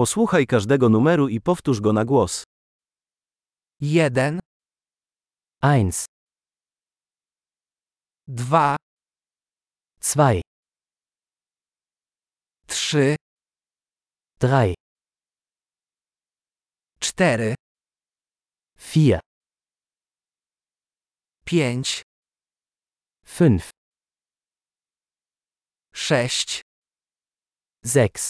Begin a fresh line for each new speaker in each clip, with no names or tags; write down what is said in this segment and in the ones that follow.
Posłuchaj każdego numeru i powtórz go na głos.
Jeden,
Eins,
dwa,
zwei,
trzy,
drei,
cztery,
vier,
pięć,
fünf,
sześć,
sechs,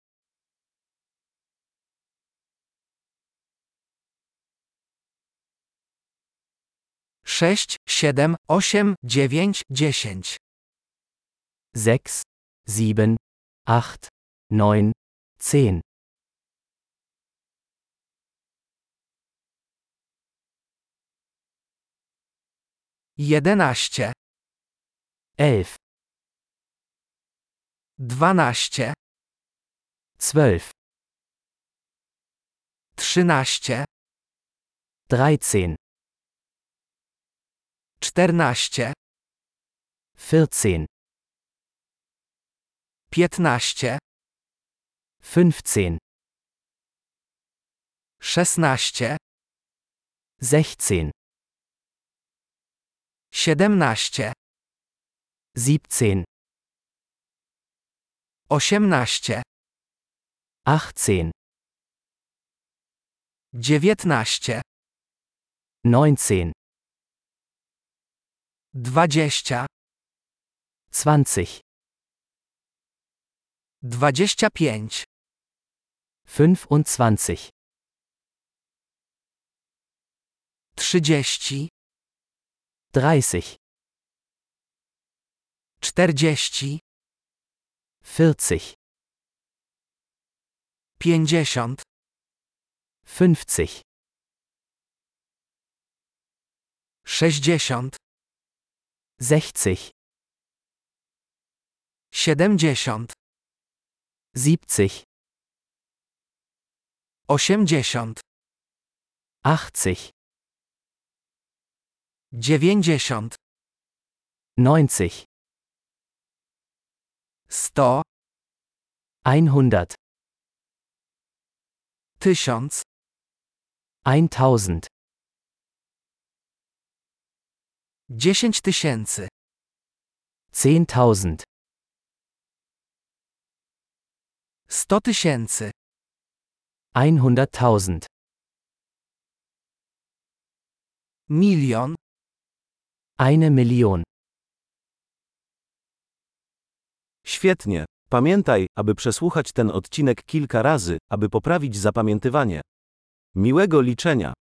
sześć, siedem, osiem, dziewięć, dziesięć,
sechs, sieben, acht, neun, zehn,
jedenaście,
elf,
dwanaście,
zwölf,
trzynaście,
dreizehn,
czternaście,
vierzehn,
piętnaście,
fünfzehn,
szesnaście,
sechzehn,
siedemnaście,
siebzehn,
osiemnaście,
achtzehn,
dziewiętnaście,
neunzehn,
dwadzieścia,
zwanzig,
dwadzieścia pięć,
fünfundzwanzig,
trzydzieści,
dreißig,
czterdzieści,
vierzig,
pięćdziesiąt,
fünfzig,
sześćdziesiąt,
sechzig,
siedemdziesiąt,
siebzig,
osiemdziesiąt,
achtzig,
dziewięćdziesiąt,
neunzig,
sto,
einhundert,
tysiąc,
eintausend,
dziesięć tysięcy,
zehntausend,
sto tysięcy,
einhunderttausend,
milion,
eine Million.
Świetnie. Pamiętaj, aby przesłuchać ten odcinek kilka razy, aby poprawić zapamiętywanie. Miłego liczenia.